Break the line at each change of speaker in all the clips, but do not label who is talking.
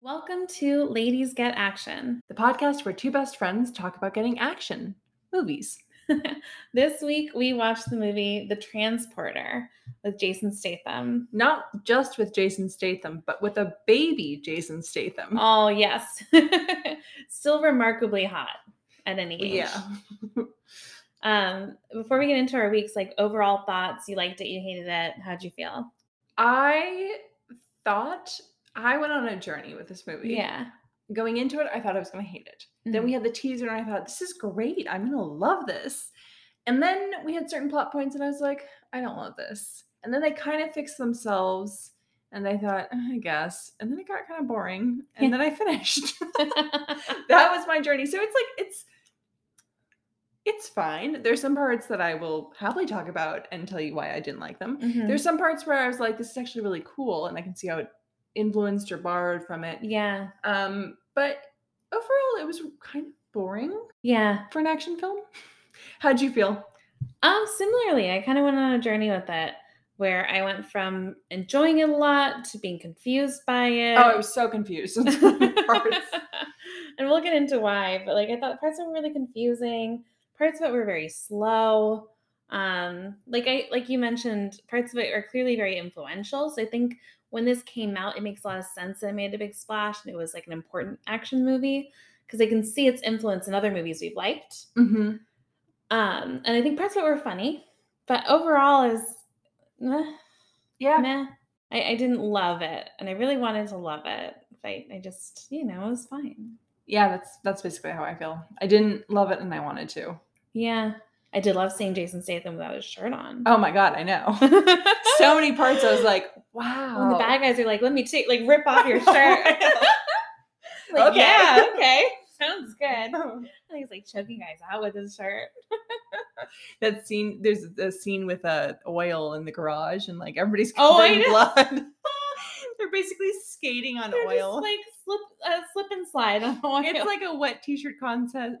Welcome to Ladies Get Action.
the podcast where two best friends talk about getting action movies.
This week we watched the movie The Transporter with Jason Statham.
Not just with Jason Statham, but with a baby Jason Statham.
Oh, yes. Still remarkably hot at any age.
yeah.
Um, before we get into our week's like overall thoughts, you liked it, you hated it, how'd you feel?
I thought I went on a journey with this movie.
Yeah.
Going into it, I thought I was going to hate it. Then we
Mhm.
had the teaser, and I thought, this is great. I'm going to love this. And then we had certain plot points, and I was like, I don't love this. And then they kind of fixed themselves, and I thought, "Uh, I guess. And then it got kind of boring, and
Yeah.
then I finished. that was my journey. So it's like it's it's fine. There's some parts that I will happily talk about and tell you why I didn't like them.
Mhm.
There's some parts where I was like, this is actually really cool, and I can see how it influenced or borrowed from it.
yeah.
Um, but overall, it was kind of boring
Yeah.
for an action film. How'd you feel?
Um, similarly, I kind of went on a journey with it where I went from enjoying it a lot to being confused by it.
Oh, I was so confused. Parts.
and we'll get into why, but like I thought parts of it were really confusing. Parts of it were very slow. Um, like I like you mentioned, parts of it are clearly very influential. So I think when this came out, it makes a lot of sense that it made a big splash and it was like an important action movie because I can see its influence in other movies we've liked.
Mhm.
Um, and I think parts of it were funny, but overall is meh.
Yeah.
meh. I, I didn't love it, and I really wanted to love it. but I, I just, you know, it was fine.
Yeah, that's that's basically how I feel. I didn't love it and I wanted to.
Yeah, I did love seeing Jason Statham without his shirt on.
Oh my god, I know. so many parts I was like, wow.
When the bad guys are like, "Let me take, like, rip off your shirt."
I know.
like,
Okay.
yeah, okay, sounds good. I think he's like choking guys out with his shirt.
that scene there's a scene with uh, oil in the garage and like everybody's
Oh,
covered
I
in
know.
blood they're basically skating on
They're
oil
just like slip, uh, slip and slide on oil.
it's like a wet t-shirt contest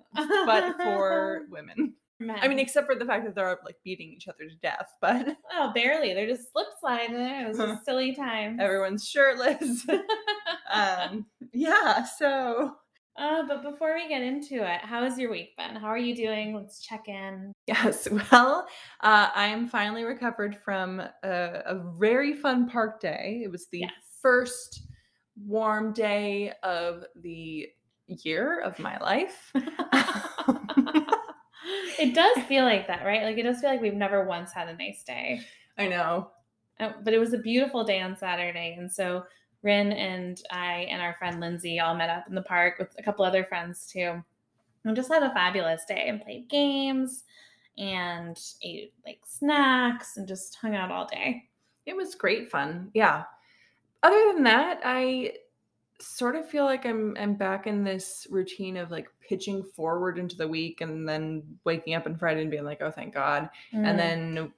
but for women i mean
Men.
except for the fact that they're up, like beating each other to death but
Oh, barely. They're just slip sliding. It was just silly time.
everyone's shirtless um yeah so
Uh, but before we get into it, how has your week been? How are you doing? Let's check in.
Yes, well, uh, I'm finally recovered from a, a very fun park day. It was the
Yes.
first warm day of the year of my life.
it does feel like that, right? Like it does feel like we've never once had a nice day.
I know.
Uh, but it was a beautiful day on Saturday, and so Rin and I and our friend Lindsay all met up in the park with a couple other friends too, and just had a fabulous day and played games and ate like snacks and just hung out all day.
It was great fun. Yeah. Other than that, I sort of feel like I'm I'm back in this routine of like pitching forward into the week and then waking up on Friday and being like, "Oh, thank God."
Mm.
and then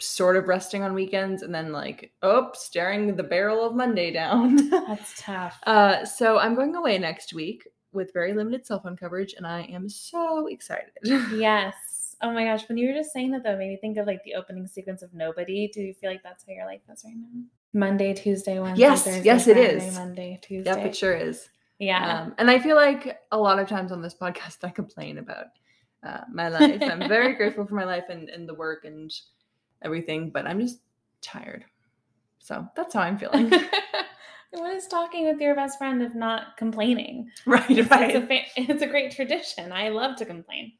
sort of resting on weekends and then like oh staring the barrel of monday down
that's tough.
uh, so i'm going away next week with very limited cell phone coverage and i am so excited
Yes. Oh my gosh. When you were just saying that, though, made me think of like the opening sequence of Nobody. Do you feel like that's how your life is right now? Monday, Tuesday, Wednesday.
Yes,
Thursday,
yes, it
Friday,
is.
Monday, Tuesday.
yep it sure is
Yeah.
um, and i feel like a lot of times on this podcast i complain about uh, my life i'm very grateful for my life and, and the work and everything but i'm just tired so that's how i'm feeling
what is talking with your best friend if not complaining?
right
It's, it's a fa- it's a great tradition. I love to complain.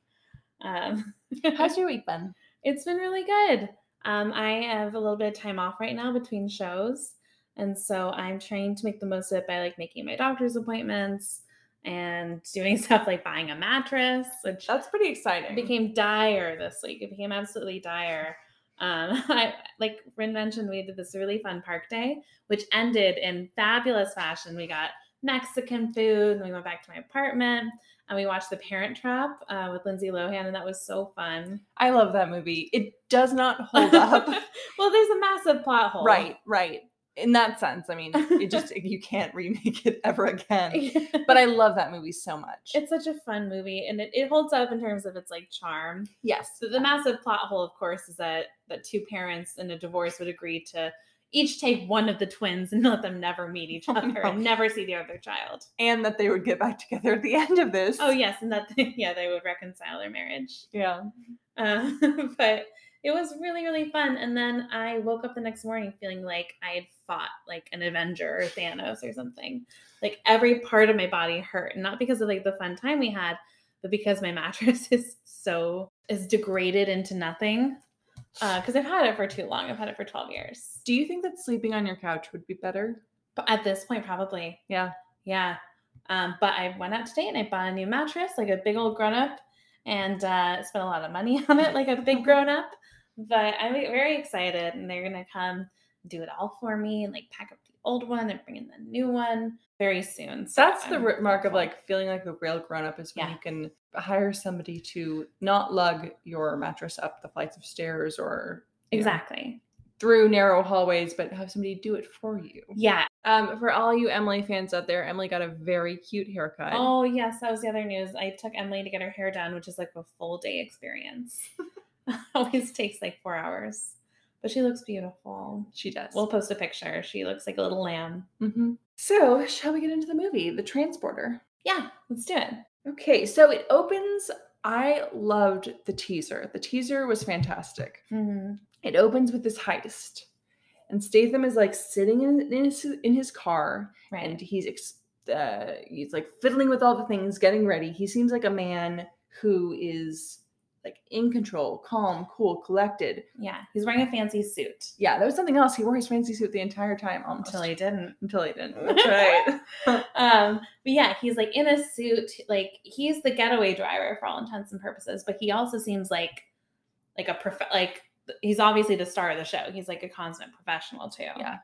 Um,
how's your week been
It's been really good. Um, I have a little bit of time off right now between shows, and so I'm trying to make the most of it by like making my doctor's appointments and doing stuff like buying a mattress, which
that's pretty exciting
became dire this week. It became absolutely dire. Um, I, like Rin mentioned, we did this really fun park day, which ended in fabulous fashion. We got Mexican food, and we went back to my apartment, and we watched The Parent Trap uh, with Lindsay Lohan, and that was so fun.
I love that movie. It does not hold up.
well, there's a massive plot hole.
right, right. In that sense, I mean, it just you can't remake it ever again.
it's
But I love that movie so much.
such a fun movie and it, it holds up in terms of its like charm.
yes,
So the massive plot hole, of course, is that that two parents in a divorce would agree to each take one of the twins and let them never meet each
Oh,
other
no.
and never see the other child.
and that they would get back together at the end of this.
Oh yes, and that yeah they would reconcile their marriage.
yeah.
Uh, but it was really really fun. And then I woke up the next morning feeling like I had fought like an Avenger or Thanos or something. Like every part of my body hurt, and not because of like the fun time we had, but because my mattress is so is degraded into nothing. Because I've had it for too long. I've had it for twelve years.
Do you think that sleeping on your couch would be better?
But at this point, probably.
Yeah.
Yeah. Um, but I went out today and I bought a new mattress, like a big old grown up, and uh, spent a lot of money on it, like a big grown up. But I'm very excited, and they're gonna come do it all for me and like pack up the old one and bring in the new one very soon. So
That's the
I'm
re- mark of
hopeful.
like feeling like the real grown up is when
Yeah.
you can hire somebody to not lug your mattress up the flights of stairs or you know,
exactly.
through narrow hallways, but have somebody do it for you.
Yeah.
Um, for all you Emily fans out there, Emily got a very cute haircut.
Oh yes, that was the other news. I took Emily to get her hair done, which is like a full day experience. Always takes like four hours, but she looks beautiful.
she does.
We'll post a picture. She looks like a little lamb.
hmm So, shall we get into the movie, The Transporter?
Yeah, let's do it.
Okay, so it opens. I loved the teaser. The teaser was fantastic.
Mm-hmm.
It opens with this heist, and Statham is like sitting in, in, his, in his car, and
Right.
he's ex- uh, he's like fiddling with all the things, getting ready. He seems like a man who is like in control, calm, cool, collected.
yeah, he's wearing a fancy suit
Yeah, that was something else. He wore his fancy suit the entire time, almost
until he didn't.
until he didn't. That's right.
Um, but yeah, he's like in a suit. Like he's the getaway driver for all intents and purposes. But he also seems like like a prof- like th- he's obviously the star of the show. He's like a consummate professional too.
Yeah.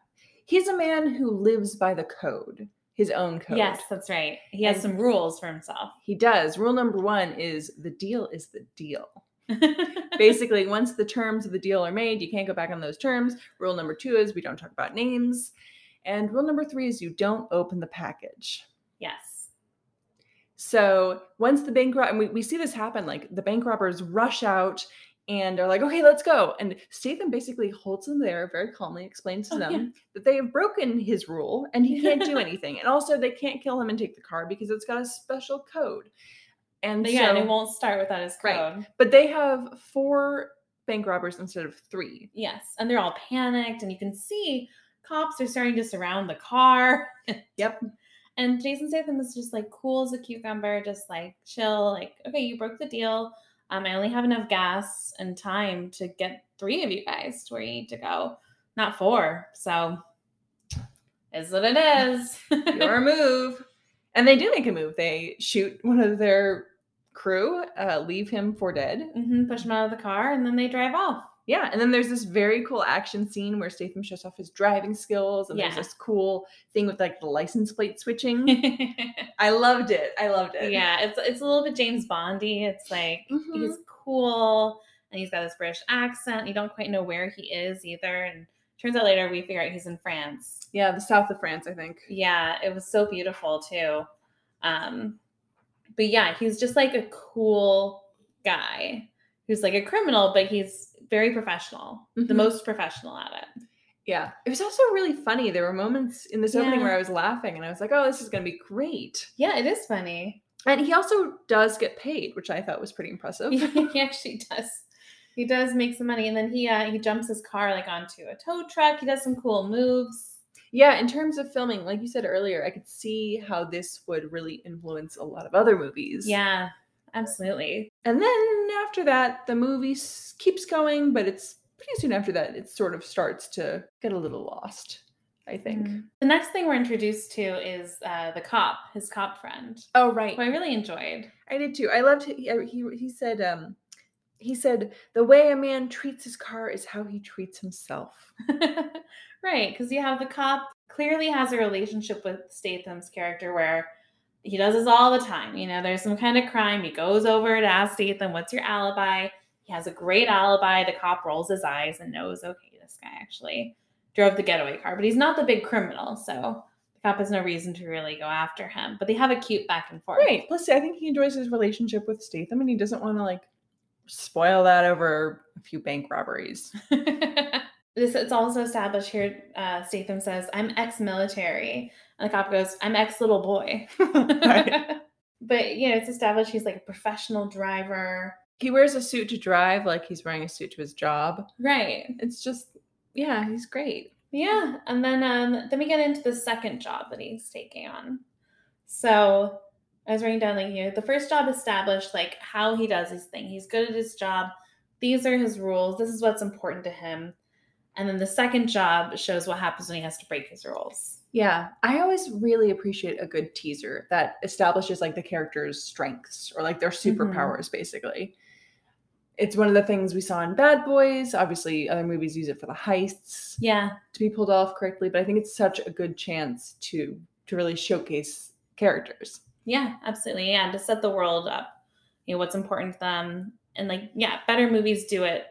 he's a man who lives by the code, his own code.
Yes, that's right. He has
And-
some rules for himself.
He does. Rule number one is the deal is the deal. Basically, once the terms of the deal are made, you can't go back on those terms. Rule number two is we don't talk about names. And rule number three is you don't open the package.
yes.
So once the bank rob, and we, we see this happen, like the bank robbers rush out and are like, okay, let's go. And Statham basically holds them there very calmly, explains to
Oh, yeah.
them that they have broken his rule and he can't do anything. And also they can't kill him and take the car because it's got a special code. And
But yeah, and
so-
it won't start without his code.
Right. but they have four bank robbers instead of three.
Yes, and they're all panicked, and you can see cops are starting to surround the car.
Yep.
And Jason Statham is just like cool as a cucumber, just like chill, like, okay, you broke the deal. Um, I only have enough gas and time to get three of you guys to where you need to go, not four. So, is what it is.
Your move. And they do make a move. They shoot one of their crew, uh, leave him for dead,
Mhm, push them out of the car, and then they drive off.
Yeah, and then there's this very cool action scene where Statham shows off his driving skills, and
Yeah.
there's this cool thing with like the license plate switching.
yeah,
I loved it. I loved it.
it's it's a little bit James Bondy. It's like
Mhm.
he's cool and he's got this British accent. You don't quite know where he is either. And turns out later we figure out he's in France.
yeah, the south of France, I think.
Yeah, it was so beautiful too. Um, but yeah, he's just like a cool guy who's like a criminal, but he's very professional, the
Mhm.
most professional at it.
Yeah, it was also really funny. There were moments in this opening
Yeah.
where I was laughing, and I was like, "Oh, this is going to be great."
Yeah, it is funny.
And he also does get paid, which I thought was pretty impressive.
he, he actually does. He does make some money, and then he uh, he jumps his car like onto a tow truck. He does some cool moves.
yeah, in terms of filming, like you said earlier, I could see how this would really influence a lot of other movies.
Yeah, absolutely.
And then after that, the movie s- keeps going, but it's pretty soon after that, it sort of starts to get a little lost, I think.
Mm. The next thing we're introduced to is uh, the cop, his cop friend,
Oh, right.
who I really enjoyed.
I did too. I loved he, I- he he said um he said the way a man treats his car is how he treats himself.
right, because you have the cop clearly has a relationship with Statham's character where he does this all the time. You know, there's some kind of crime. He goes over to ask Statham, what's your alibi? He has a great alibi. The cop rolls his eyes and knows, okay, this guy actually drove the getaway car, but he's not the big criminal. So the cop has no reason to really go after him. But they have a cute back and forth.
Right. Plus I think he enjoys his relationship with Statham and he doesn't want to like spoil that over a few bank robberies.
this it's also established here. Uh, Statham says, "I'm ex-military," and the cop goes, "I'm ex-little boy."
Right.
But you know, it's established he's like a professional driver,
He wears a suit to drive, like he's wearing a suit to his job.
right?
It's just, yeah, he's great.
Yeah, and then um, then we get into the second job that he's taking on. So I was writing down like you know the first job established like how he does his thing. He's good at his job. These are his rules. This is what's important to him. And then the second job shows what happens when he has to break his rules.
Yeah, I always really appreciate a good teaser that establishes like the character's strengths or like their superpowers basically. It's one of the things we saw in Bad Boys. Obviously, other movies use it for the heists
Yeah,
to be pulled off correctly, but I think it's such a good chance to to really showcase characters.
yeah, absolutely. Yeah, to set the world up, you know what's important to them, and like yeah, better movies do it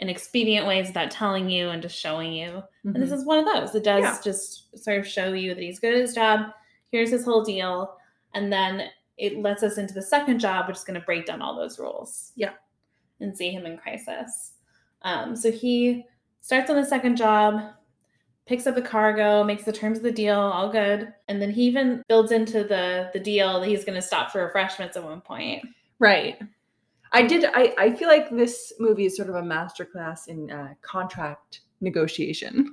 in expedient ways without telling you and just showing you. And this
Mhm.
is one of those. It does
Yeah.
just sort of show you that he's good at his job. Here's his whole deal. And then it lets us into the second job, which is going to break down all those rules.
Yeah.
And see him in crisis. Um, so he starts on the second job, picks up the cargo, makes the terms of the deal, all good. And then he even builds into the, the deal that he's going to stop for refreshments at one point.
Right. I did I I feel like this movie is sort of a masterclass in uh, contract negotiation.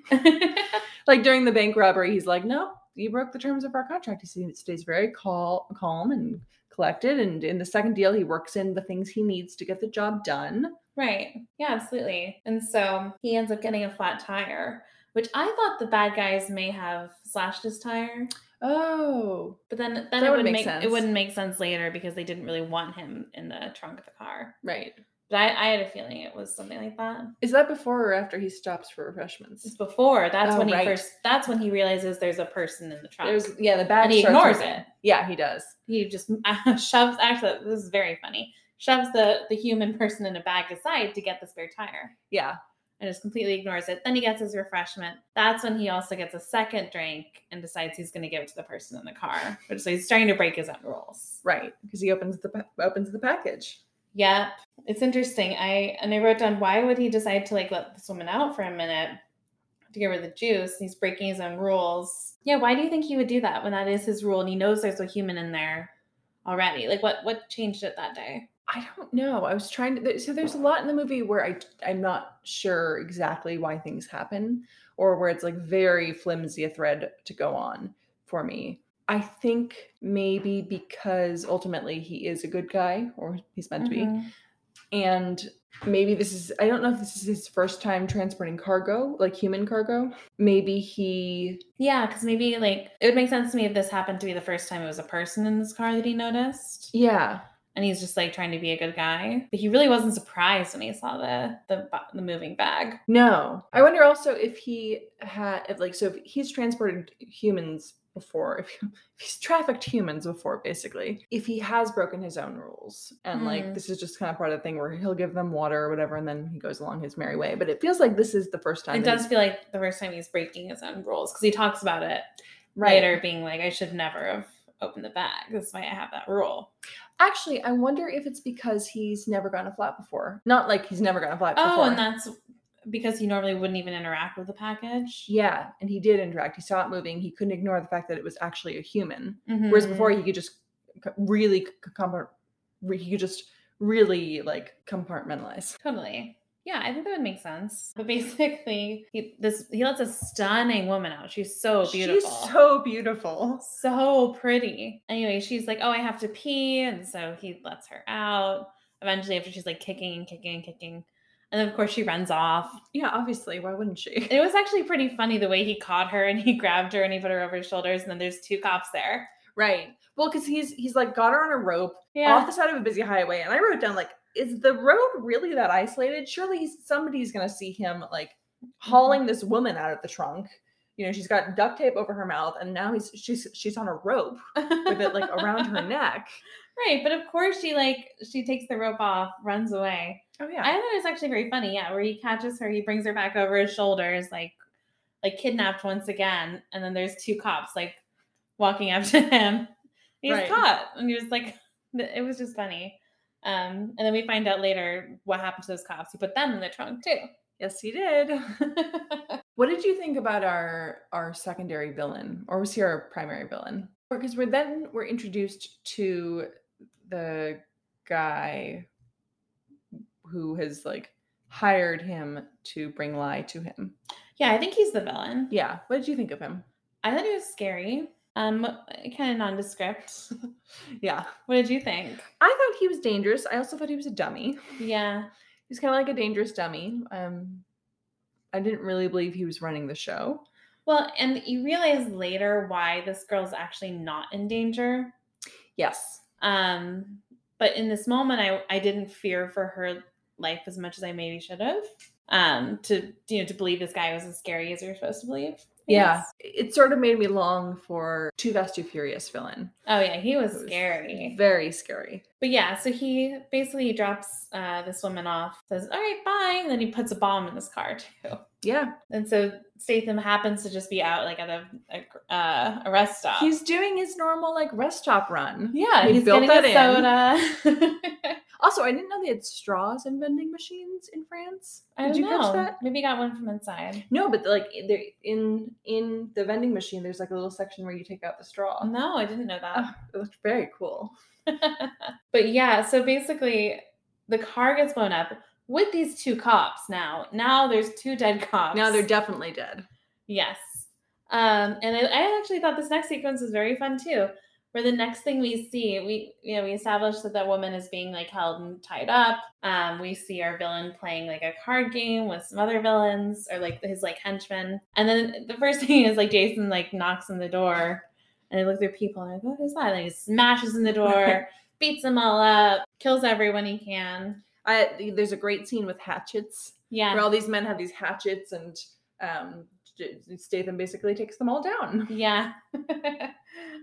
like during the bank robbery, he's like, "No, you broke the terms of our contract." He seems- stays very cal- calm and collected, and in the second deal, he works in the things he needs to get the job done.
Right. Yeah, absolutely. And so he ends up getting a flat tire, which I thought the bad guys may have slashed his tire,
Oh,
but then
That
then it
would
would
make
make
sense.
it wouldn't make sense later because they didn't really want him in the trunk of the car.
right.
But I, I had a feeling it was something like that.
Is that before or after he stops for refreshments?
It's before. That's
Oh,
when he
right.
first. That's when he realizes there's a person in the trunk.
There's yeah, the bad
and he
starts
ignores it.
with- Yeah, he does.
He just shoves. Actually, this is very funny. Shoves the the human person in a bag aside to get the spare tire.
Yeah,
and just completely ignores it. Then he gets his refreshment. That's when he also gets a second drink and decides he's going to give it to the person in the car. Which so he's starting to break his own rules.
right. Because he opens the pa- opens the package.
Yep, it's interesting. I and I wrote down why would he decide to like let this woman out for a minute to give her the juice? He's breaking his own rules. Yeah, why do you think he would do that when that is his rule and he knows there's a human in there already? Like what what changed it that day?
I don't know. I was trying to. there- So there's a lot in the movie where I I'm not sure exactly why things happen, or where it's like very flimsy a thread to go on for me. I think maybe because ultimately he is a good guy, or he's meant to
Mhm.
be, and maybe this is I don't know if this is his first time transporting cargo, like human cargo. Maybe he
Yeah, because maybe like it would make sense to me if this happened to be the first time it was a person in this car that he noticed.
yeah
and he's just like trying to be a good guy. But he really wasn't surprised when he saw the the, ba- the moving bag.
No. I wonder also if he had, if like, so if he's transported humans before, if, if he's trafficked humans before, basically, if he has broken his own rules. And like,
Mm.
this is just kind of part of the thing where he'll give them water or whatever, and then he goes along his merry way. But it feels like this is the first time.
It
that
does
he's-
feel like the first time he's breaking his own rules because he talks about it later, being like, "I should never have opened the bag. That's why I have that rule."
Actually, I wonder if it's because he's never gone a flat before. Not like he's never gone a flat
Oh,
before.
and that's because he normally wouldn't even interact with the package.
yeah, and he did interact. He saw it moving. He couldn't ignore the fact that it was actually a human.
Mm-hmm.
Whereas before he could just c- really c- c- compart- re- he could just really like compartmentalize.
Totally. Yeah, I think that would make sense. But basically, he this he lets a stunning woman out. She's so beautiful.
She's so beautiful.
so pretty. Anyway, she's like, "Oh, I have to pee," and so he lets her out. Eventually, after she's like kicking and kicking and kicking, and then of course she runs off.
Yeah, obviously. Why wouldn't she?
It was actually pretty funny the way he caught her and he grabbed her and he put her over his shoulders, and then there's two cops there.
Right. Well, because he's he's like got her on a rope off the side of a busy highway, and I wrote down like, is the road really that isolated? Surely he's, somebody's gonna see him like hauling this woman out of the trunk. You know, she's got duct tape over her mouth, and now he's she's she's on a rope with it like around her neck.
right, but of course she like she takes the rope off, runs away.
Oh yeah.
I thought it was actually very funny. Yeah, where he catches her, he brings her back over his shoulders, like like kidnapped once again, and then there's two cops like walking up to him. He's
Right.
caught, and you're just like, it was just funny. Um, and then we find out later what happened to those cops. He put them in the trunk too.
Yes, he did. what did you think about our our secondary villain, or was he our primary villain? Because we're then we're introduced to the guy who has like hired him to bring lie to him.
yeah, I think he's the villain.
Yeah. What did you think of him?
I thought he was scary. Um, kind of nondescript.
Yeah.
What did you think?
I thought he was dangerous. I also thought he was a dummy.
Yeah,
He's kind of like a dangerous dummy. Um, I didn't really believe he was running the show.
Well, and you realize later why this girl's actually not in danger.
Yes.
Um, but in this moment, I I didn't fear for her life as much as I maybe should have. Um, to you know, to believe this guy was as scary as you're supposed to believe. I
Yeah.
guess.
It sort of made me long for Too Fast Too Furious villain.
Oh yeah, he was
It was
scary.
Very scary.
But yeah, so he basically drops uh, this woman off, says, "All right, bye," and then he puts a bomb in this car too.
Yeah.
And so Statham happens to just be out like at a, a gr- uh, a rest stop.
He's doing his normal like rest stop run.
yeah,
he
he's
built
built getting
that
a soda.
Also, I didn't know they had straws and vending machines in France.
I
Did
don't
you
know.
catch that?
Maybe you got one from inside.
No, but like in the- in in the vending machine, there's like a little section where you take out the straw.
No, I didn't know
Oh,
that.
it looked very cool.
but yeah, so basically, the car gets blown up with these two cops. Now, now there's two dead cops.
Now they're definitely dead.
yes. Um, and I, I actually thought this next sequence was very fun too. Where the next thing we see, we you know we establish that that woman is being like held and tied up. Um, we see our villain playing like a card game with some other villains or like his like henchmen. And then the first thing is like Jason like knocks on the door, and they look through people and they're like, "What is that?" And he smashes in the door, beats them all up, kills everyone he can.
I, there's a great scene with hatchets where
Yeah,
all these men have these hatchets and um, J- Statham basically takes them all down.
Yeah.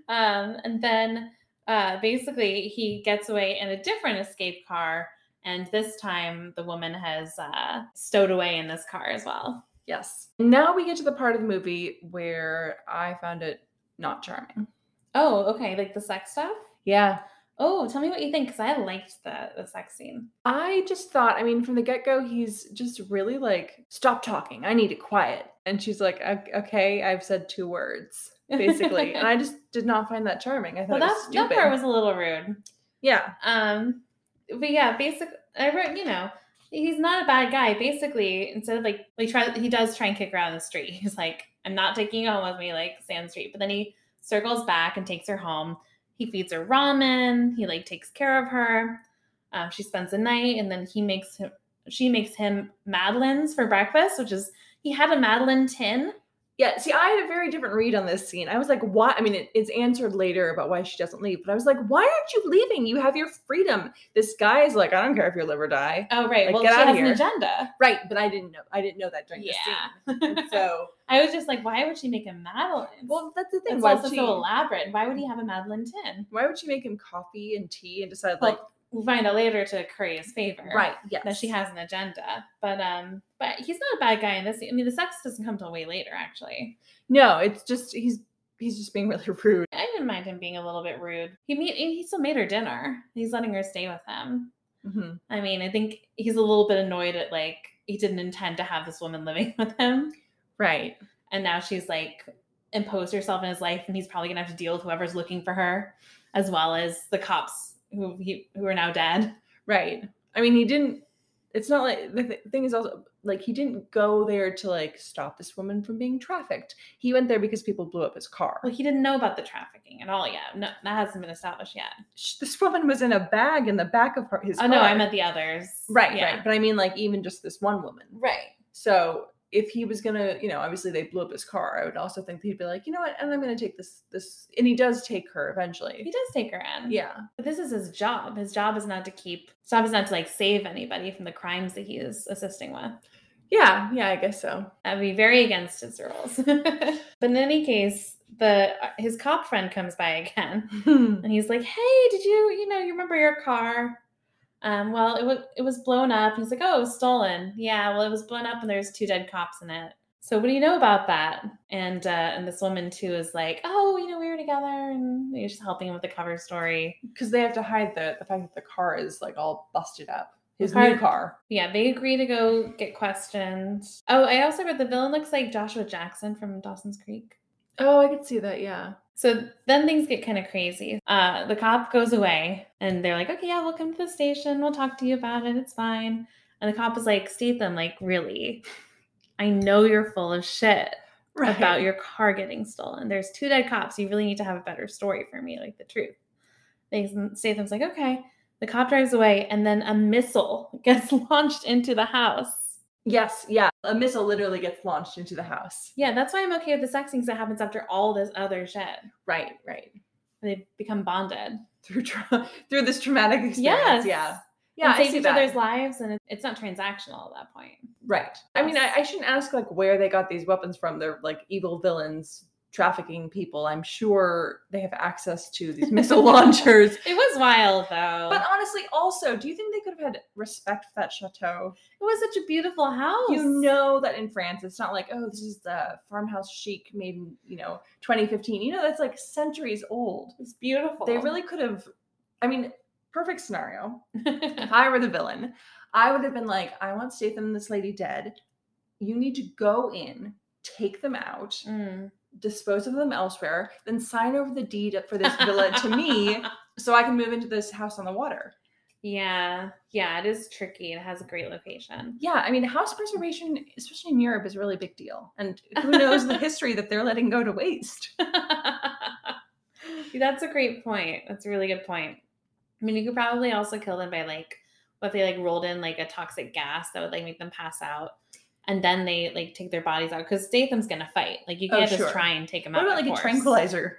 um, and then uh, basically he gets away in a different escape car. And this time the woman has uh, stowed away in this car as well.
Yes. Now we get to the part of the movie where I found it not charming.
Oh, okay. Like the sex stuff?
Yeah.
Oh, tell me what you think because I liked the, the sex scene.
I just thought, I mean, from the get go, he's just really like, stop talking. I need it quiet. And she's like, "Ok- okay, I've said two words, basically. and I just did not find that charming. I
Well,
thought it was
that,
stupid.
that part was a little rude.
yeah.
Um, but yeah, basically, I wrote, you know, he's not a bad guy. Basically, instead of like, like try, he does try and kick her out on the street. He's like, I'm not taking you home with me, like stay on the street. But then he circles back and takes her home. He feeds her ramen. He like takes care of her. Um, she spends the night, and then he makes him. She makes him madeleines for breakfast, which is he had a madeleine tin.
Yeah, see, I had a very different read on this scene. I was like, why? I mean, it, it's answered later about why she doesn't leave, but I was like, why aren't you leaving? You have your freedom. This guy is like, I don't care if you live or die.
Oh right,
Like,
well
get
she
outta
has an
here.
agenda.
Right, but I didn't know. I didn't know that during the scene. And so,
I was just like, why would she make a madeleine?
well, that's the thing.
It's
Why
also
would, she,
so elaborate. Why would he have a Madeline tin?
why would she make him coffee and tea and decide
Well,
like,
We'll find out later to curry his favor.
right? Yes,
That she has an agenda. But um but he's not a bad guy in this. I mean the sex doesn't come till way later actually.
No, it's just he's he's just being really rude.
I didn't mind him being a little bit rude. He made he still made her dinner. He's letting her stay with him.
Mhm.
I mean, I think he's a little bit annoyed at like he didn't intend to have this woman living with him.
Right.
And now she's like imposed herself in his life and he's probably gonna have to deal with whoever's looking for her, as well as the cops who he who are now dead.
Right. I mean, he didn't. It's not like the th- thing is also like he didn't go there to like stop this woman from being trafficked. He went there because people blew up his car.
Well, he didn't know about the trafficking at all yet. No, that hasn't been established yet.
Sh- this woman was in a bag in the back of her, his.
Oh no, I
car.
meant the others.
right, right. But I mean, like even just this one woman.
right.
So if he was gonna, you know, obviously they blew up his car. I would also think that he'd be like, you know what, and I'm gonna take this, this, and he does take her
He
eventually.
does take her in.
Yeah.
but this is his job. His job is not to keep. His job is not to like save anybody from the crimes that he is assisting with.
Yeah. Yeah. I guess so.
That would be very against his rules. but in any case, the uh, his cop friend comes by again, and he's like, "Hey, did you you know you remember your car?" Um, well, it was it was blown up. He's like, "Oh, it was stolen." Yeah, well, it was blown up, and there's two dead cops in it. So what do you know about that? And uh, and this woman too is like, "Oh, you know, we were together," and you're just helping him with the cover story.
because they have to hide the the fact that the car is like all busted up. his
The
new car.
Yeah, they agree to go get questioned. Oh, I also read the villain looks like Joshua Jackson from Dawson's Creek.
Oh, I could see that. Yeah.
So then things get kind of crazy. Uh, the cop goes away and they're like, okay, yeah, we'll come to the station. We'll talk to you about it. It's fine. And the cop is like, Statham, like, really? I know you're full of shit
Right.
about your car getting stolen. There's two dead cops. You really need to have a better story for me, like the truth. They, Statham's like, okay. The cop drives away and then a missile gets launched into the house.
Yes. Yeah. A missile literally gets launched into the house.
Yeah, that's why I'm okay with the sex scenes that happens after all this other shit.
Right. Right.
They become bonded.
Through tra- through this traumatic
Yes.
experience.
yeah,
Yeah. Yeah.
and
I
save
see
each
that.
other's lives, and it- it's not transactional at that point.
Right. I mean, I, I shouldn't ask like where they got these weapons from. They're like evil villains trafficking people. I'm sure they have access to these missile launchers.
It was wild though.
But honestly, also, do you think they could have had respect for that chateau?
it was such a beautiful house.
You know that in France, it's not like, oh, this is the farmhouse chic made in, you know, 2015. You know, that's like centuries old.
it's beautiful.
They really could have, I mean, perfect scenario. if I were the villain, I would have been like, I want Statham and this lady dead. You need to go in, take them out,
Mm.
dispose of them elsewhere, then sign over the deed for this villa to me so I can move into this house on the water.
Yeah, yeah, it is tricky. It has a great location.
Yeah, I mean, house
Mm.
preservation, especially in Europe, is a really big deal. And who knows the history that they're letting go to waste.
That's a great point. That's a really good point. I mean, you could probably also kill them by like, what if they like rolled in like a toxic gas that would like make them pass out, and then they like take their bodies out because Statham's gonna fight. Like you
Oh,
can't just
sure.
try and take him
What
out.
about
by
like a
force.
tranquilizer?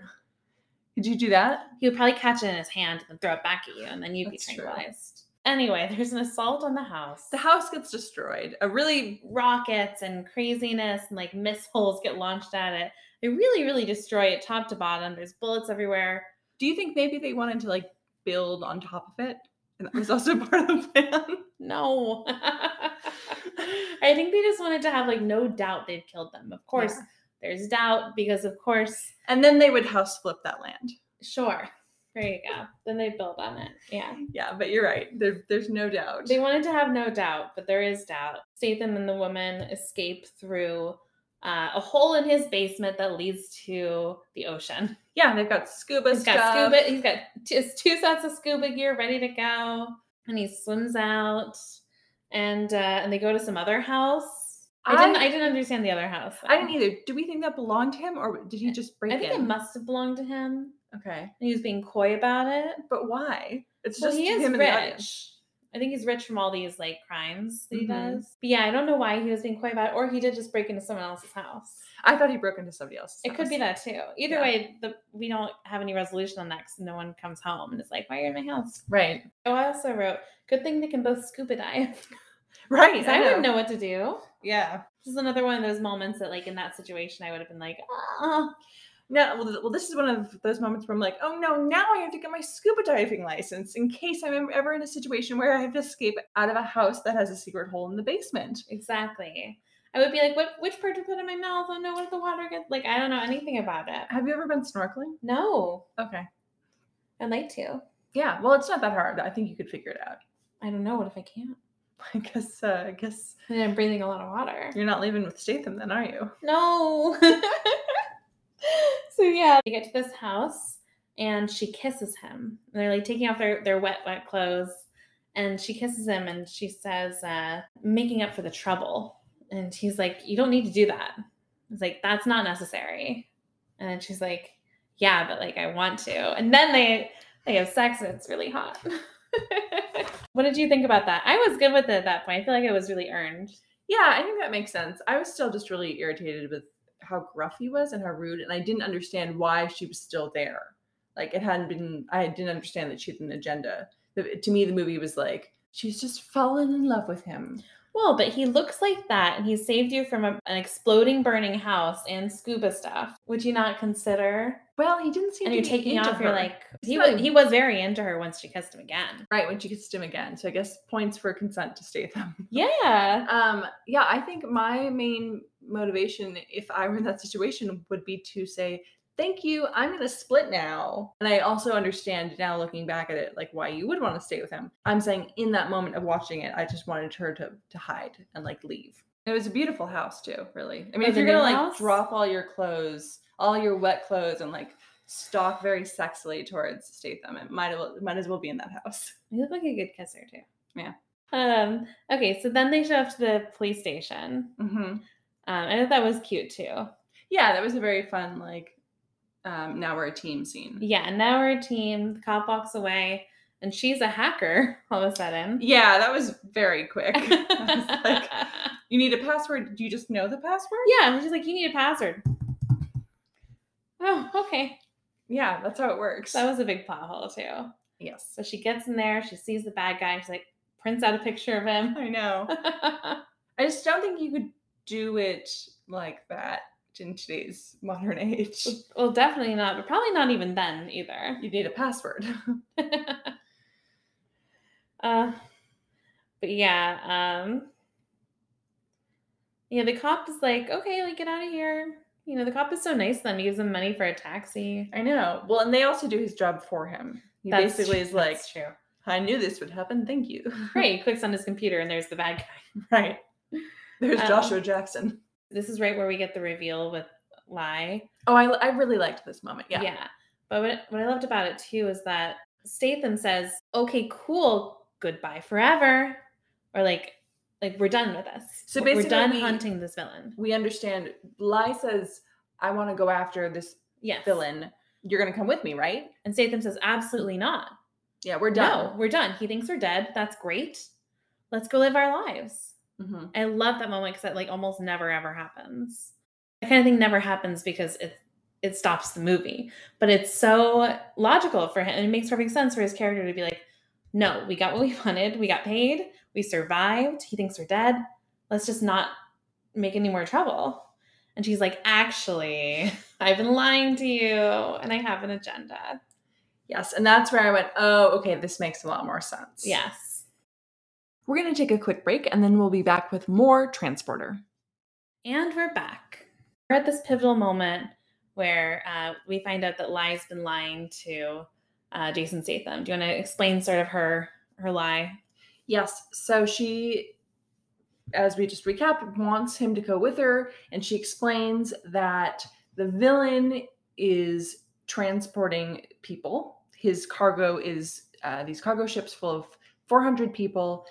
Could you do that?
He would probably catch it in his hand and then throw it back at you, and then you'd
That's
be
true.
tranquilized. Anyway, there's an assault on the house.
The house gets destroyed. A really
rockets and craziness and like missiles get launched at it. They really, really destroy it top to bottom. There's bullets everywhere.
Do you think maybe they wanted to like build on top of it? And that was also part of the plan.
No. I think they just wanted to have like no doubt they'd killed them. Of course,
Yeah.
there's doubt because of course,
And then they would house flip that land.
sure. There you go. Then they build on it. Yeah.
Yeah, but you're right. There, there's no doubt.
They wanted to have no doubt, but there is doubt. Statham and the woman escape through uh, a hole in his basement that leads to the ocean.
yeah, they've got scuba
He's
stuff.
got scuba. He's got t- his two sets of scuba gear ready to go, and he swims out. And uh, and they go to some other house. I, didn't. I
I-
didn't understand the other house.
I
though.
didn't either. Do we think that belonged to him or did he just break
I think
in?
it must have belonged to him.
Okay.
And he was being coy about it.
But why? It's
Well,
just
he is
him and the audience.
rich. I think he's rich from all these like crimes that he
Mhm.
does. But yeah, I don't know why he was being coy about it, or he did just break into someone else's house.
I thought he broke into somebody else's.
It could be
house.
that too. Either
Yeah.
way, the, we don't have any resolution on that because no one comes home and it's like, why are you in my house?
Right.
Oh, I also wrote, good thing they can both scuba dive.
Right.
'Cause I wouldn't know what to do.
Yeah.
This is another one of those moments that, like, in that situation, I would have been like, ah.
No, well, th- well, this is one of those moments where I'm like, oh no, now I have to get my scuba diving license in case I'm ever in a situation where I have to escape out of a house that has a secret hole in the basement.
exactly. I would be like, what? Which part to put in my mouth? Oh no, what if the water gets like? I don't know anything about it.
Have you ever been snorkeling?
No,
Okay.
I'd like to.
Yeah. Well, it's not that hard. I think you could figure it out.
I don't know. What if I can't?
I guess. Uh, I guess
And I'm breathing a lot of water.
you're not living with Statham, then, are you?
No. so yeah, they get to this house and she kisses him. And they're like taking off their, their wet, wet clothes. And she kisses him and she says, uh, making up for the trouble. And he's like, You don't need to do that. He's like, That's not necessary. And then she's like, Yeah, but like I want to. And then they they have sex and it's really hot. what did you think about that? I was good with it at that point. I feel like it was really earned.
Yeah, I think that makes sense. I was still just really irritated with how gruff he was and how rude, and I didn't understand why she was still there. Like it hadn't been. I didn't understand that she had an agenda. The- to me, the movie was like she's just fallen in love with him.
Well, but he looks like that, and he saved you from a, an exploding, burning house and scuba stuff. Would you not consider?
Well, he didn't seem.
And
to
you're
be
taking
into
off. You're
her.
like he
not-
was. He was very into her once she kissed him again.
right when she kissed him again. So I guess points for consent to Statham.
Yeah.
Um, yeah, I think my main motivation, if I were in that situation, would be to say, thank you. I'm going to split now. And I also understand now looking back at it, like why you would want to stay with him. I'm saying in that moment of watching it, I just wanted her to, to hide and like leave. It was a beautiful house too, really. I mean,
Oh,
if
the
you're going to
new
like
house?
drop all your clothes, all your wet clothes and like stalk very sexily towards Statham, it might, it might as well be in that house.
You look like a good kisser too.
Yeah.
Um, okay, so then they show up to the police station.
Mm-hmm.
Um, I thought that was cute too.
yeah, that was a very fun like um now we're a team scene. Yeah,
Yeah, now we're a team. The cop walks away, and she's a hacker all of a sudden.
that was very quick. I was like, you need a password. Do you just know the password?
Yeah, and she's like, you need a password. Oh, okay.
Yeah, that's how it works.
That was a big plot hole too.
yes.
So she gets in there, she sees the bad guy, she's like, prints out a picture of him.
I know. I just don't think you could do it like that in today's modern age.
well, definitely not, but probably not even then either.
You need a password.
uh, but yeah, um, yeah, the cop is like, okay, like get out of here. You know, the cop is so nice to them. He gives them money for a taxi.
I know. Well, and they also do his job for him. He
That's
basically
tr-
is like,
that's true.
I knew this would happen. Thank you.
Right, he clicks on his computer and there's the bad guy.
right. There's
Um,
Joshua Jackson.
This is right where we get the reveal with Lie.
Oh, I, I really liked this moment. Yeah.
But what, what I loved about it too is that Statham says, okay, cool, goodbye forever. Or like, like we're done with this.
So
We're-
basically
we're done
we-
hunting this villain.
we understand Lai says, I want to go after this
Yes.
villain. You're gonna come with me, right?
And Statham says, absolutely not.
Yeah, we're
No,
done.
we're done. He thinks we're dead. That's great. Let's go live our lives.
Mhm.
I love that moment because that like almost never ever happens. That kind of thing never happens because it it stops the movie. But it's so logical for him and it makes perfect sense for his character to be like, no, we got what we wanted, we got paid, we survived, he thinks we're dead. Let's just not make any more trouble. And she's like, actually, I've been lying to you and I have an agenda.
Yes, and that's where I went, oh, okay, this makes a lot more sense.
Yes.
We're gonna take a quick break and then we'll be back with more transporter.
And we're back. We're at this pivotal moment where uh, we find out that Lai's been lying to uh, Jason Statham. Do you want to explain sort of her her lie?
Yes, so she as we just recapped, wants him to go with her, and she explains that the villain is transporting people. His cargo is uh, these cargo ships full of 400 people,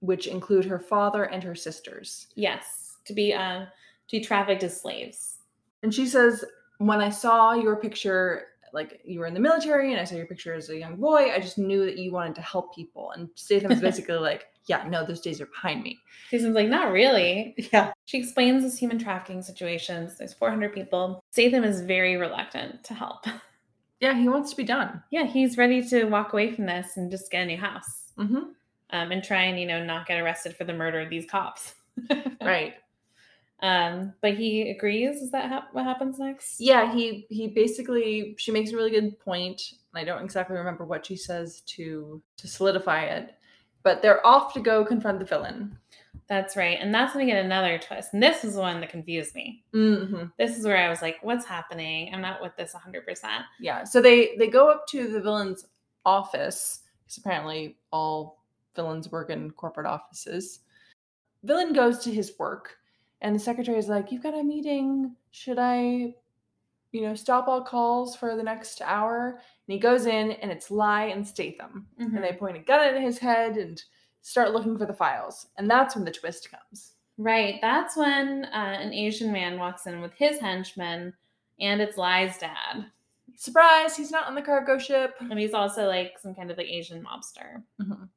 which include her father and her sisters.
Yes, to be uh, to be trafficked as slaves.
And she says, When I saw your picture, like you were in the military and I saw your picture as a young boy, I just knew that you wanted to help people. And Statham's basically like, Yeah, no, those days are behind me.
Jason's like, not really.
Yeah.
She explains this human trafficking situation. There's 400 people. Statham is very reluctant to help.
Yeah, he wants to be done.
yeah, he's ready to walk away from this and just get a new house
Mm-hmm.
um, and try and you know not get arrested for the murder of these cops.
Right.
Um, but he agrees. Is that hap what happens next?
Yeah, he he basically she makes a really good point, and I don't exactly remember what she says to to solidify it. But they're off to go confront the villain.
That's right. And that's when we get another twist. And this is the one that confused me.
Mm-hmm.
This is where I was like, what's happening? I'm not with this 100%.
Yeah. So they they go up to the villain's office because apparently all villains work in corporate offices. Villain goes to his work, and the secretary is like, "You've got a meeting. Should I, you know, stop all calls for the next hour?" And he goes in, and it's Lie and Statham, and they point a gun at his head and start looking for the files. And that's when the twist comes.
Right. That's when uh, an Asian man walks in with his henchman and it's Lai's dad.
Surprise! He's not on the cargo ship.
And he's also like some kind of like Asian mobster.
Mhm.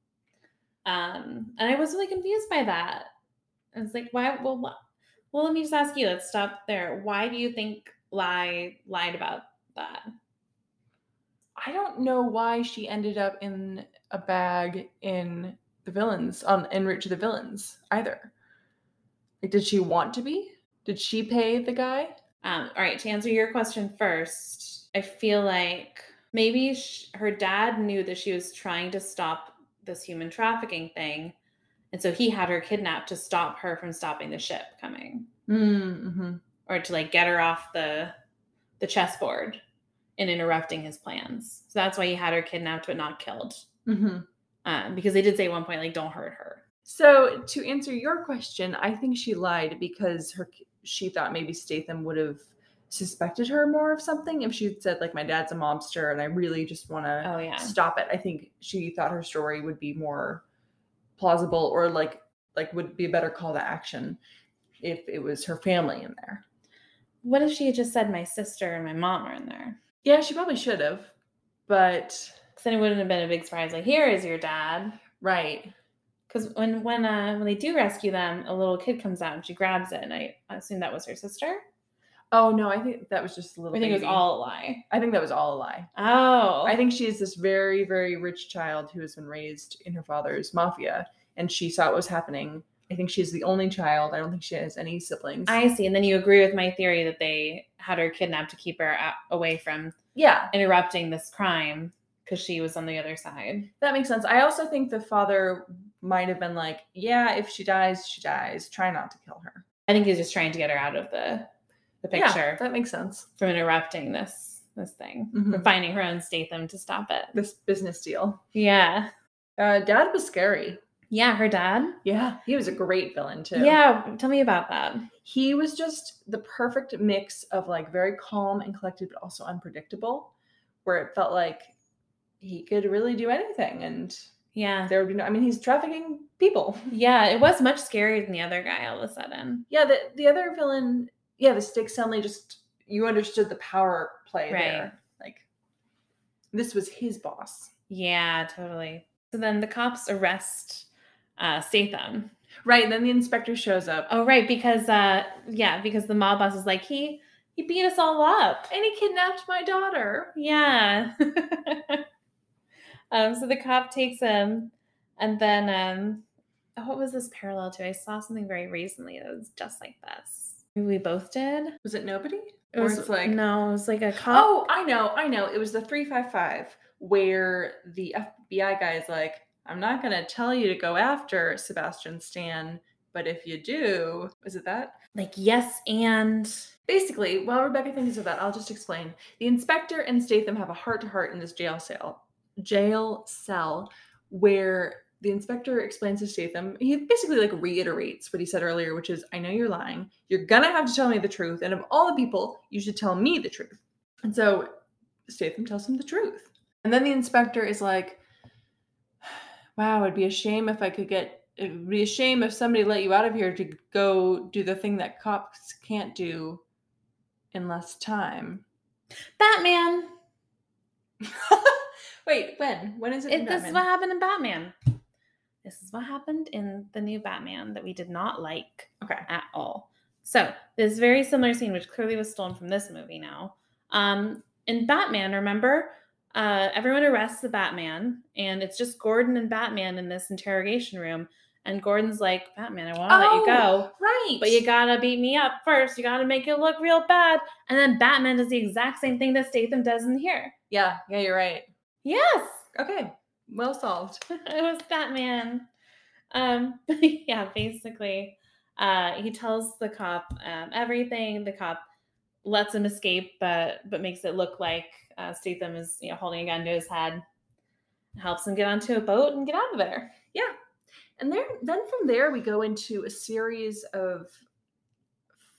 Um, and I was really confused by that. I was like, why? Well, wha- well, let me just ask you. Let's stop there. Why do you think Lai lied about that?
I don't know why she ended up in a bag in the villains on en route to the villains either. Like, did she want to be? Did she pay the guy?
Um, all right, to answer your question first, I feel like maybe sh- her dad knew that she was trying to stop this human trafficking thing. And so he had her kidnapped to stop her from stopping the ship coming
Mm-hmm.
or to like get her off the the chessboard and interrupting his plans. So that's why he had her kidnapped but not killed.
Mm-hmm.
Um, because they did say at one point, like, don't hurt her.
So to answer your question, I think she lied because her she thought maybe Statham would have suspected her more of something if she'd said like my dad's a mobster and I really just want to
Oh, yeah.
stop it. I think she thought her story would be more plausible or like like would be a better call to action if it was her family in there.
What if she had just said, my sister and my mom are in there?
Yeah, she probably should have. But
Because then it wouldn't have been a big surprise. Like, here is your dad.
right.
Because when when uh, when they do rescue them, a little kid comes out and she grabs it, and I I assume that was her sister.
Oh no, I think that was just a
I
little
think it was
baby.
all a lie.
I think that was all a lie.
Oh,
I think she is this very, very rich child who has been raised in her father's mafia, and she saw what was happening. I think she's the only child. I don't think she has any siblings.
I see. And then you agree with my theory that they had her kidnapped to keep her out, away from
yeah,
interrupting this crime because she was on the other side.
that makes sense. I also think the father might have been like, "Yeah, if she dies, she dies. Try not to kill her."
I think he's just trying to get her out of the the
Yeah,
picture
that makes sense.
from interrupting this this thing,
Mhm.
from finding her own Statham to stop it.
This business deal.
Yeah,
Uh, Dad was scary.
yeah. Her dad.
Yeah, he was a great villain too.
Yeah, tell me about that.
he was just the perfect mix of like very calm and collected but also unpredictable where it felt like he could really do anything and
Yeah.
there would be no i mean he's trafficking people
Yeah, it was much scarier than the other guy all of a sudden.
yeah the, the other villain yeah the stakes suddenly just you understood the power play
Right.
there like this was his boss
Yeah, totally. So then the cops arrest uh, Statham.
right and then the inspector shows up
Oh, right, because uh, yeah, because the mob boss is like he he beat us all up.
and he kidnapped my daughter
Yeah. um, so the cop takes him, and then um, oh, what was this parallel to? I saw something very recently that was just like this. Maybe we both did.
was it nobody
It
Or
was
it's like-
no, it was like a cop.
Oh, I know, I know. It was the 355 where the FBI guy is like, I'm not going to tell you to go after Sebastian Stan, but if you do, is it that?
like yes, and
Basically, while Rebecca thinks of that, I'll just explain. The inspector and Statham have a heart to heart in this jail cell, jail cell, where the inspector explains to Statham, he basically like reiterates what he said earlier, which is, I know you're lying. You're gonna have to tell me the truth, and of all the people, you should tell me the truth. And so Statham tells him the truth. And then the inspector is like, Wow, it'd be a shame if I could get it would be a shame if somebody let you out of here to go do the thing that cops can't do in less time.
Batman.
Wait, when? When is it? in
It, this is
Batman?
what happened in Batman. This is what happened in the new Batman that we did not like
Okay.
at all. So this very similar scene, which clearly was stolen from this movie now. Um, in Batman, remember, uh, everyone arrests the Batman, and it's just Gordon and Batman in this interrogation room. And Gordon's like, Batman, I want to let you go.
Oh, Right.
But you gotta beat me up first. You gotta make it look real bad. And then Batman does the exact same thing that Statham does in here.
Yeah, yeah, you're right.
Yes.
Okay. Well solved.
it was Batman. Um, yeah, basically, uh, he tells the cop um, everything. The cop lets him escape, but but makes it look like uh, Statham is you know holding a gun to his head. Helps him get onto a boat and get out of there.
And there then from there we go into a series of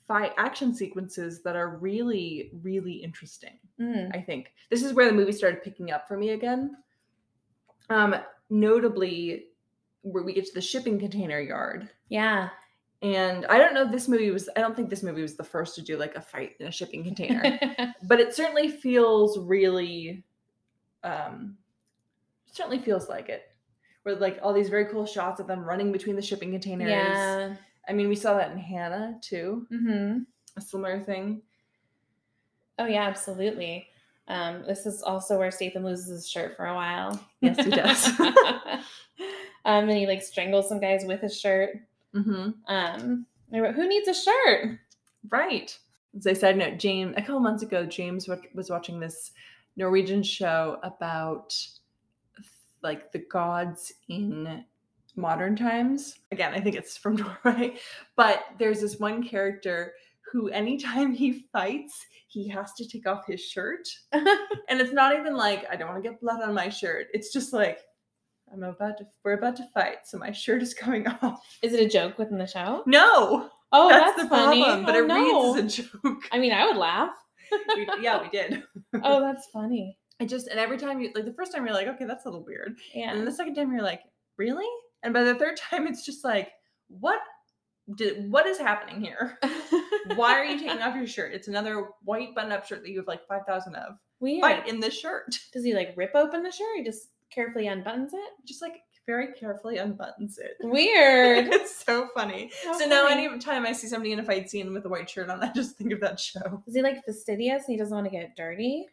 fight action sequences that are really, really interesting.
Mm.
I think this is where the movie started picking up for me again. Um, notably, where we get to the shipping container yard,
Yeah,
and I don't know if this movie was. I don't think this movie was the first to do like a fight in a shipping container,
yeah,
but it certainly feels really, um, certainly feels like it. Where like all these very cool shots of them running between the shipping containers. I mean, we saw that in Hannah too,
hmm
a similar thing.
Oh yeah, absolutely. Um, this is also where Statham loses his shirt for a while.
Yes, he does.
um, and he like strangles some guys with his shirt.
Mm-hmm.
Um, I wrote, who needs a shirt?
Right. As a side note, James, a couple months ago, James wa- was watching this Norwegian show about like the gods in modern times. Again, I think it's from Norway, but there's this one character who anytime he fights, he has to take off his shirt. and it's not even like I don't want to get blood on my shirt. It's just like I'm about to we're about to fight, so my shirt is going off.
Is it a joke within the show?
No.
Oh,
that's,
that's,
the
funny.
problem, but
oh,
it
no.
reads as a joke.
I mean, I would laugh.
We- yeah, we did.
Oh, that's funny.
I just and every time you like the first time you're like, okay, that's a little weird. And then
Yeah.
the second time you're like, really? And by the third time it's just like, what did what is happening here? Why are you taking off your shirt? It's another white button-up shirt that you have like 5,000 of.
Weird.
Fight in this shirt.
Does he like rip open the shirt? He just carefully unbuttons it.
Just like very carefully unbuttons it.
Weird.
it's so funny.
How
so now
funny.
anytime I see somebody in a fight scene with a white shirt on, I just think of that show.
Is he like fastidious and he doesn't want to get dirty?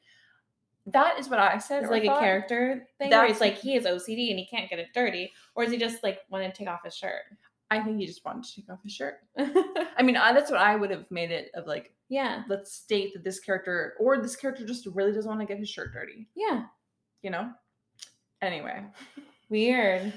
That is what I said.
It's
or
like a
thought.
character thing where
That's-
it's like he has OCD and he can't get it dirty, or is he just like want to take off his shirt?
I think he just wanted to take off his shirt. I mean, I, that's what I would have made it of like,
yeah,
let's state that this character or this character just really doesn't want to get his shirt dirty,
yeah,
you know? Anyway,
weird.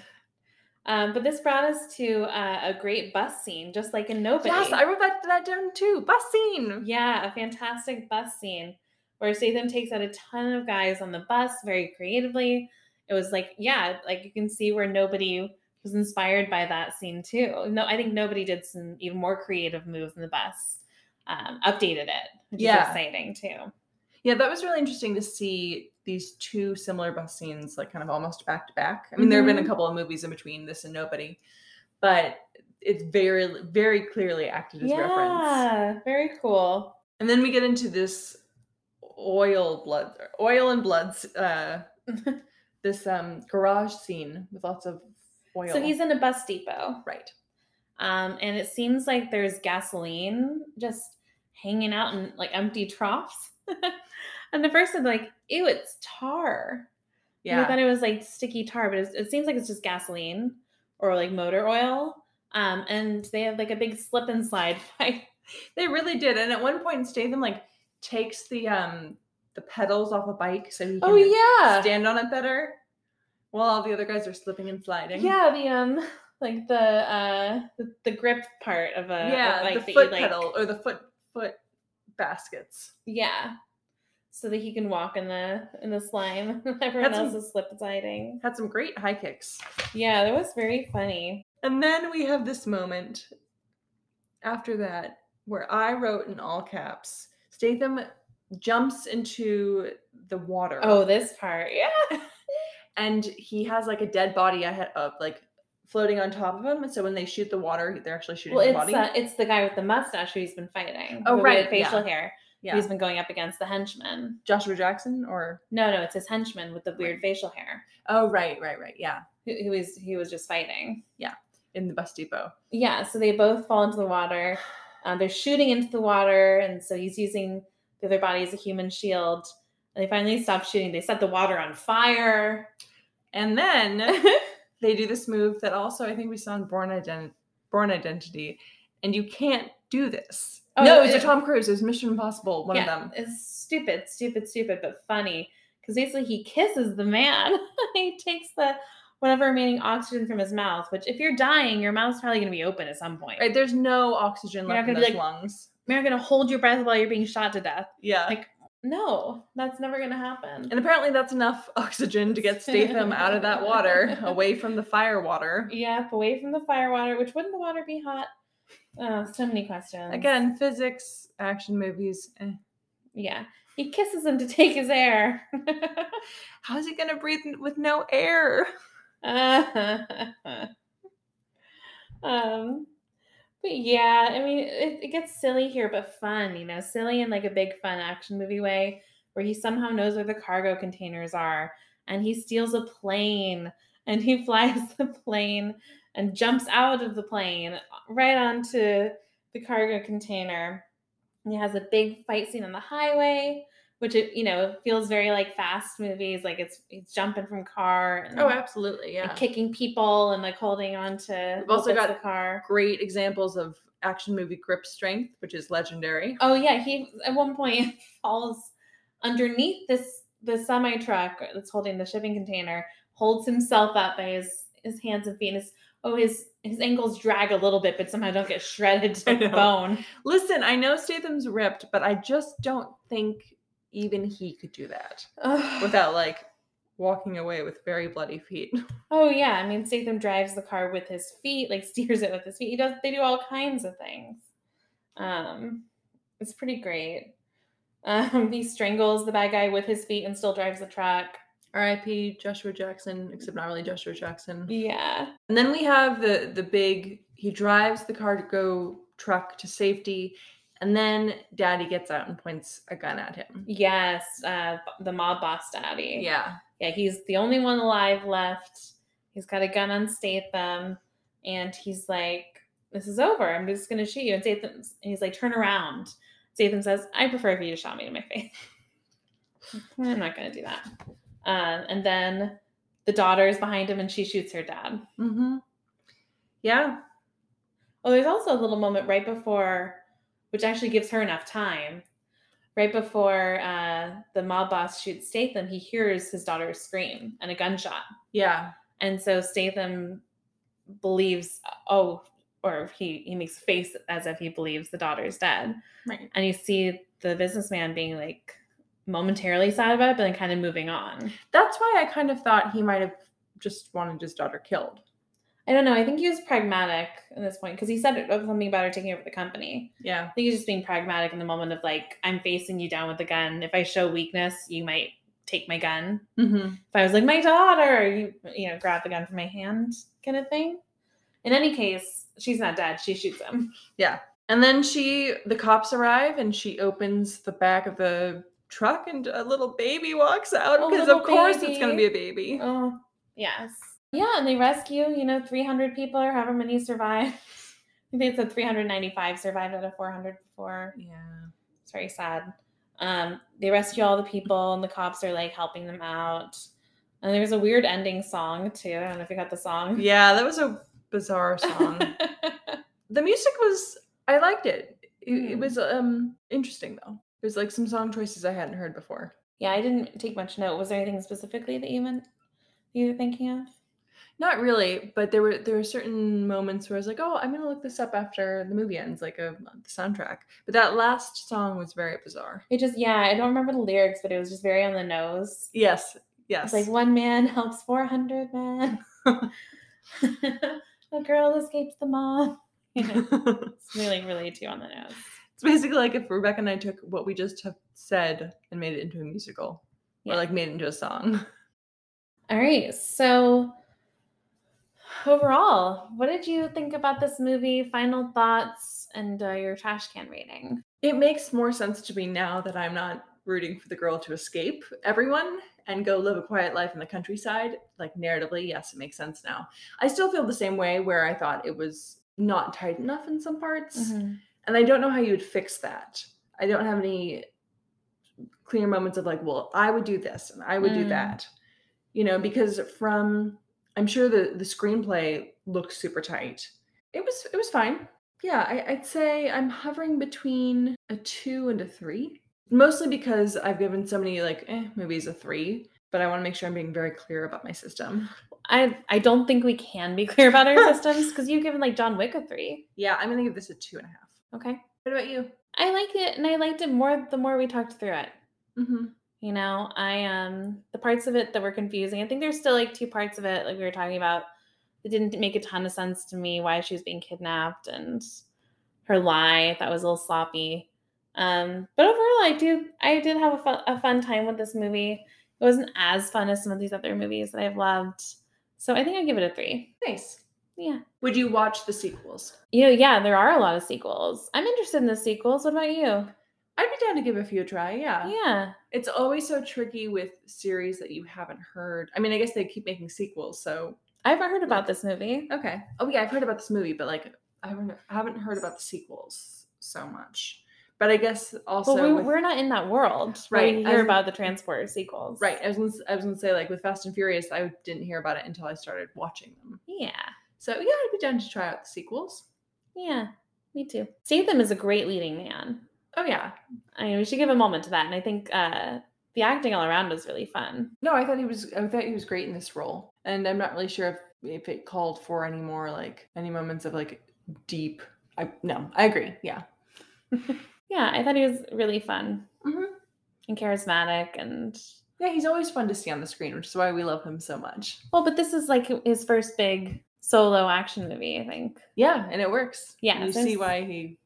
Um, but this brought us to uh, a great bus scene, just like in Nobody.
yes, I wrote that, that down too. Bus scene.
Yeah, a fantastic bus scene where Statham takes out a ton of guys on the bus very creatively. It was like, yeah, like you can see where nobody was inspired by that scene too. No, I think nobody did some even more creative moves in the bus. Um, updated it, which
Yeah.
is exciting too.
Yeah, that was really interesting to see these two similar bus scenes, like kind of almost back to back. I mean, there have been a
Mhm.
couple of movies in between this and Nobody, but it's very, very clearly acted as reference.
Yeah, very cool.
And then we get into this oil blood, oil and bloods, uh, this um garage scene with lots of oil.
So he's in a bus depot.
right.
Um, and it seems like there's gasoline just hanging out in like empty troughs. and the first is like, ew, it's tar. And I
Yeah.
thought it was like sticky tar, but it's, it seems like it's just gasoline or like motor oil. Um, and they have like a big slip and slide fight.
They really did. And at one point Statham like takes the um the pedals off a bike so he can
Oh, yeah.
stand on it better while all the other guys are slipping and sliding.
Yeah, the um like the uh the, the grip part of a of,
Yeah,
Uh, like that
the
you,
foot
like-
pedal or the foot foot baskets.
Yeah. So that he can walk in the in the slime. Everyone
That's
else
a-
is slip sliding.
Had some great high kicks.
Yeah, that was very funny.
And then we have this moment after that where I wrote in all caps Statham jumps into the water.
Oh, this part. Yeah.
And he has like a dead body ahead of like floating on top of him. And so when they shoot the water, they're actually shooting
Well,
the
it's
body.
uh, it's the guy with the mustache who he's been fighting.
Oh,
with the
right,
facial
yeah.
hair.
yeah.
He's been going up against the henchman.
Joshua Jackson or
No, no, it's his henchman with the weird facial hair
Oh right, right, right. Yeah.
who, who is he was just fighting.
In the bus depot.
Yeah. So they both fall into the water. Uh, they're shooting into the water, and so he's using the other body as a human shield. And they finally stop shooting. They set the water on fire.
And then they do this move that also I think we saw in Born, Ident- Born Identity, and you can't do this.
Oh,
no,
it-
it's a Tom Cruise. It was Mission Impossible, one
yeah,
of them.
It's stupid, stupid, stupid, but funny. Because basically he kisses the man. he takes the whatever remaining oxygen from his mouth, which if you're dying, your mouth's probably gonna be open at some point.
Right, there's no oxygen
You're
left
not
in
gonna
those
be
lungs.
You're not gonna hold your breath while you're being shot to death.
Yeah,
like- No, that's never gonna happen.
and apparently that's enough oxygen to get Statham out of that water, away from the fire water.
Yep, away from the fire water, which wouldn't the water be hot? Oh, so many questions.
Again, physics, action movies. eh.
Yeah. He kisses him to take his air.
How is he gonna breathe n- with no air?
um, but yeah, I mean, it, it gets silly here, but fun, you know, silly in like a big fun action movie way, where he somehow knows where the cargo containers are, and he steals a plane, and he flies the plane, and jumps out of the plane uh, right onto the cargo container. And he has a big fight scene on the highway. Which it, you know, feels very like fast movies, like it's it's jumping from car. And
Oh, absolutely, yeah.
and kicking people and like holding on to
We've also
what gets
got-
the car.
Great examples of action movie grip strength, which is legendary.
Oh yeah, he at one point falls underneath this the semi truck that's holding the shipping container, holds himself up by his his hands and feet, and is oh his his ankles drag a little bit, but somehow don't get shredded
I
to the
know.
bone.
Listen, I know Statham's ripped, but I just don't think even he could do that without like walking away with very bloody feet.
oh yeah, I mean Statham drives the car with his feet, like steers it with his feet. He does. They do all kinds of things. Um, it's pretty great. Um, he strangles the bad guy with his feet and still drives the truck.
R.I.P. Joshua Jackson, except not really Joshua Jackson.
Yeah.
And then we have the the big he drives the cargo truck to safety and then daddy gets out and points a gun at him.
Yes, uh, the mob boss daddy.
Yeah.
Yeah, he's the only one alive left. He's got a gun on Statham, and he's like, "This is over. I'm just gonna shoot you." And Statham, and he's like, "Turn around." Statham says, "I prefer if you just shot me in my face. I'm not gonna do that." Um, and then the daughter is behind him, and she shoots her dad.
Mhm. Yeah.
Oh, there's also a little moment right before, which actually gives her enough time. Right before uh, the mob boss shoots Statham, he hears his daughter scream and a gunshot.
Yeah.
And so Statham believes, oh, or he, he makes a face as if he believes the daughter is dead.
Right.
And you see the businessman being like momentarily sad about it, but then kind of moving on.
That's why I kind of thought he might have just wanted his daughter killed.
I don't know. I think he was pragmatic at this point because he said something about her taking over the company.
Yeah.
I think he's just being pragmatic in the moment of like, I'm facing you down with a gun. If I show weakness, you might take my gun.
Mhm.
If I was like my daughter, you you know, grab the gun from my hand, kind of thing. In any case, she's not dead. She shoots him.
And then she the cops arrive and she opens the back of the truck and a little baby walks out
A
because
little
of course it's going to
baby.
be a baby.
Oh, yes. Yeah, and they rescue, you know, 300 people or however many survive. I think they said 395 survived out of 400 before.
Yeah.
It's very sad. Um, they rescue all the people, and the cops are like helping them out. And there's a weird ending song too. I don't know if you got the song.
Yeah, that was a bizarre song. the music was I liked it. It, it
Hmm.
was um interesting though. It was like some song choices I hadn't heard before.
yeah, I didn't take much note. Was there anything specifically that you meant you were thinking of?
Not really, but there were there were certain moments where I was like, "Oh, I'm gonna look this up after the movie ends, like a the soundtrack." But that last song was very bizarre.
It just yeah, I don't remember the lyrics, but it was just very on the nose.
Yes,
It's
yes,
like one man helps four hundred men. a girl escapes the mob. You know, it's really, really too on the nose.
it's basically like if Rebecca and I took what we just have said and made it into a musical,
Yeah.
or like made it into a song.
All right. So, overall, what did you think about this movie? Final thoughts and uh, your trash can rating?
It makes more sense to me now that I'm not rooting for the girl to escape everyone and go live a quiet life in the countryside. Like narratively, yes, it makes sense now. I still feel the same way where I thought it was not tight enough in some parts.
Mm-hmm.
And I don't know how you would fix that. I don't have any clear moments of like, well, I would do this and I would do
Mm.
that. You know, because from I'm sure the the screenplay looks super tight. It was it was fine. Yeah, I, I'd say I'm hovering between a two and a three. Mostly because I've given so many like eh, movies a three, but I want to make sure I'm being very clear about my system.
I I don't think we can be clear about our systems because you've given like John Wick a three.
Yeah, I'm gonna give this a two and a half.
Okay.
What about you?
I liked it, and I liked it more the more we talked through it.
Mm-hmm.
You know, I um the parts of it that were confusing. I think there's still like two parts of it, like we were talking about, that didn't make a ton of sense to me. Why she was being kidnapped and her lie that was a little sloppy. Um, but overall, I do I did have a fun, a fun time with this movie. It wasn't as fun as some of these other movies that I've loved, so I think I give it a three.
Nice.
Yeah,
Would you watch the sequels?
you know, yeah, there are a lot of sequels. I'm interested in the sequels. What about you?
I'd be down to give a few a try. Yeah.
Yeah,
It's always so tricky with series that you haven't heard. I mean, I guess they keep making sequels, so
I've heard about this movie.
okay. Oh yeah, I've heard about this movie, but like I haven't I haven't heard about the sequels so much. But I guess also
Well, we,
with-
we're not in that world, right?
Right,
We
as
hear
in-
about the transporter sequels,
right. I was gonna, s- I was gonna say like with Fast and Furious, I didn't hear about it until I started watching them.
Yeah,
So yeah, I'd be down to try out the sequels.
yeah, me too. Statham is a great leading man.
Oh yeah.
I mean, we should give a moment to that, and I think uh, the acting all around was really fun.
No, I thought he was I thought he was great in this role, and I'm not really sure if if it called for any more like any moments of like deep. I no, I agree. Yeah.
Yeah, I thought he was really fun
hmm
and charismatic and
Yeah, he's always fun to see on the screen, which is why we love him so much.
well, but this is like his first big solo action movie, I think.
Yeah, and it works.
Yeah,
you
there's-
see why he.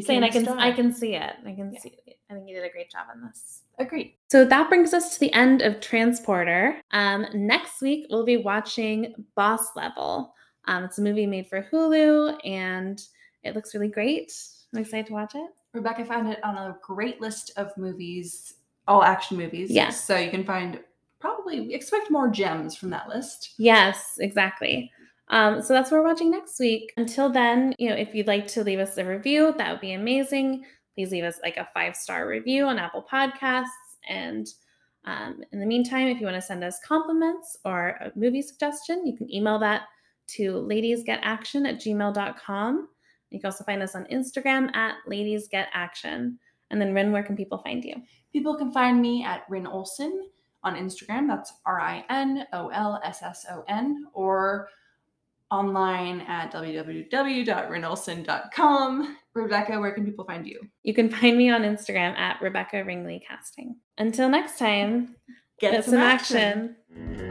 Saying
became
I
a
can
star."
I can see it. I can
Yeah.
see it. I think he did a great job on this.
agree.
So that brings us to the end of Transporter. Um, next week, we'll be watching Boss Level. Um, it's a movie made for Hulu and it looks really great. I'm excited to watch it.
Rebecca found it on a great list of movies, all action movies.
Yeah.
So you can find probably we expect more gems from that list.
Yes, exactly. Um, so that's what we're watching next week. Until then, you know, if you'd like to leave us a review, that would be amazing. Please leave us like a five star review on Apple Podcasts. And um, in the meantime, if you want to send us compliments or a movie suggestion, you can email that to ladiesgetaction at gmail.com. You can also find us on Instagram at ladiesgetaction. And then, Rin, where can people find you?
People can find me at Rin Olson on Instagram. That's R I N O L S S O N or online at www.rinolson.com. Rebecca, where can people find you?
You can find me on Instagram at Rebecca Ringley Casting. Until next time. Get some action.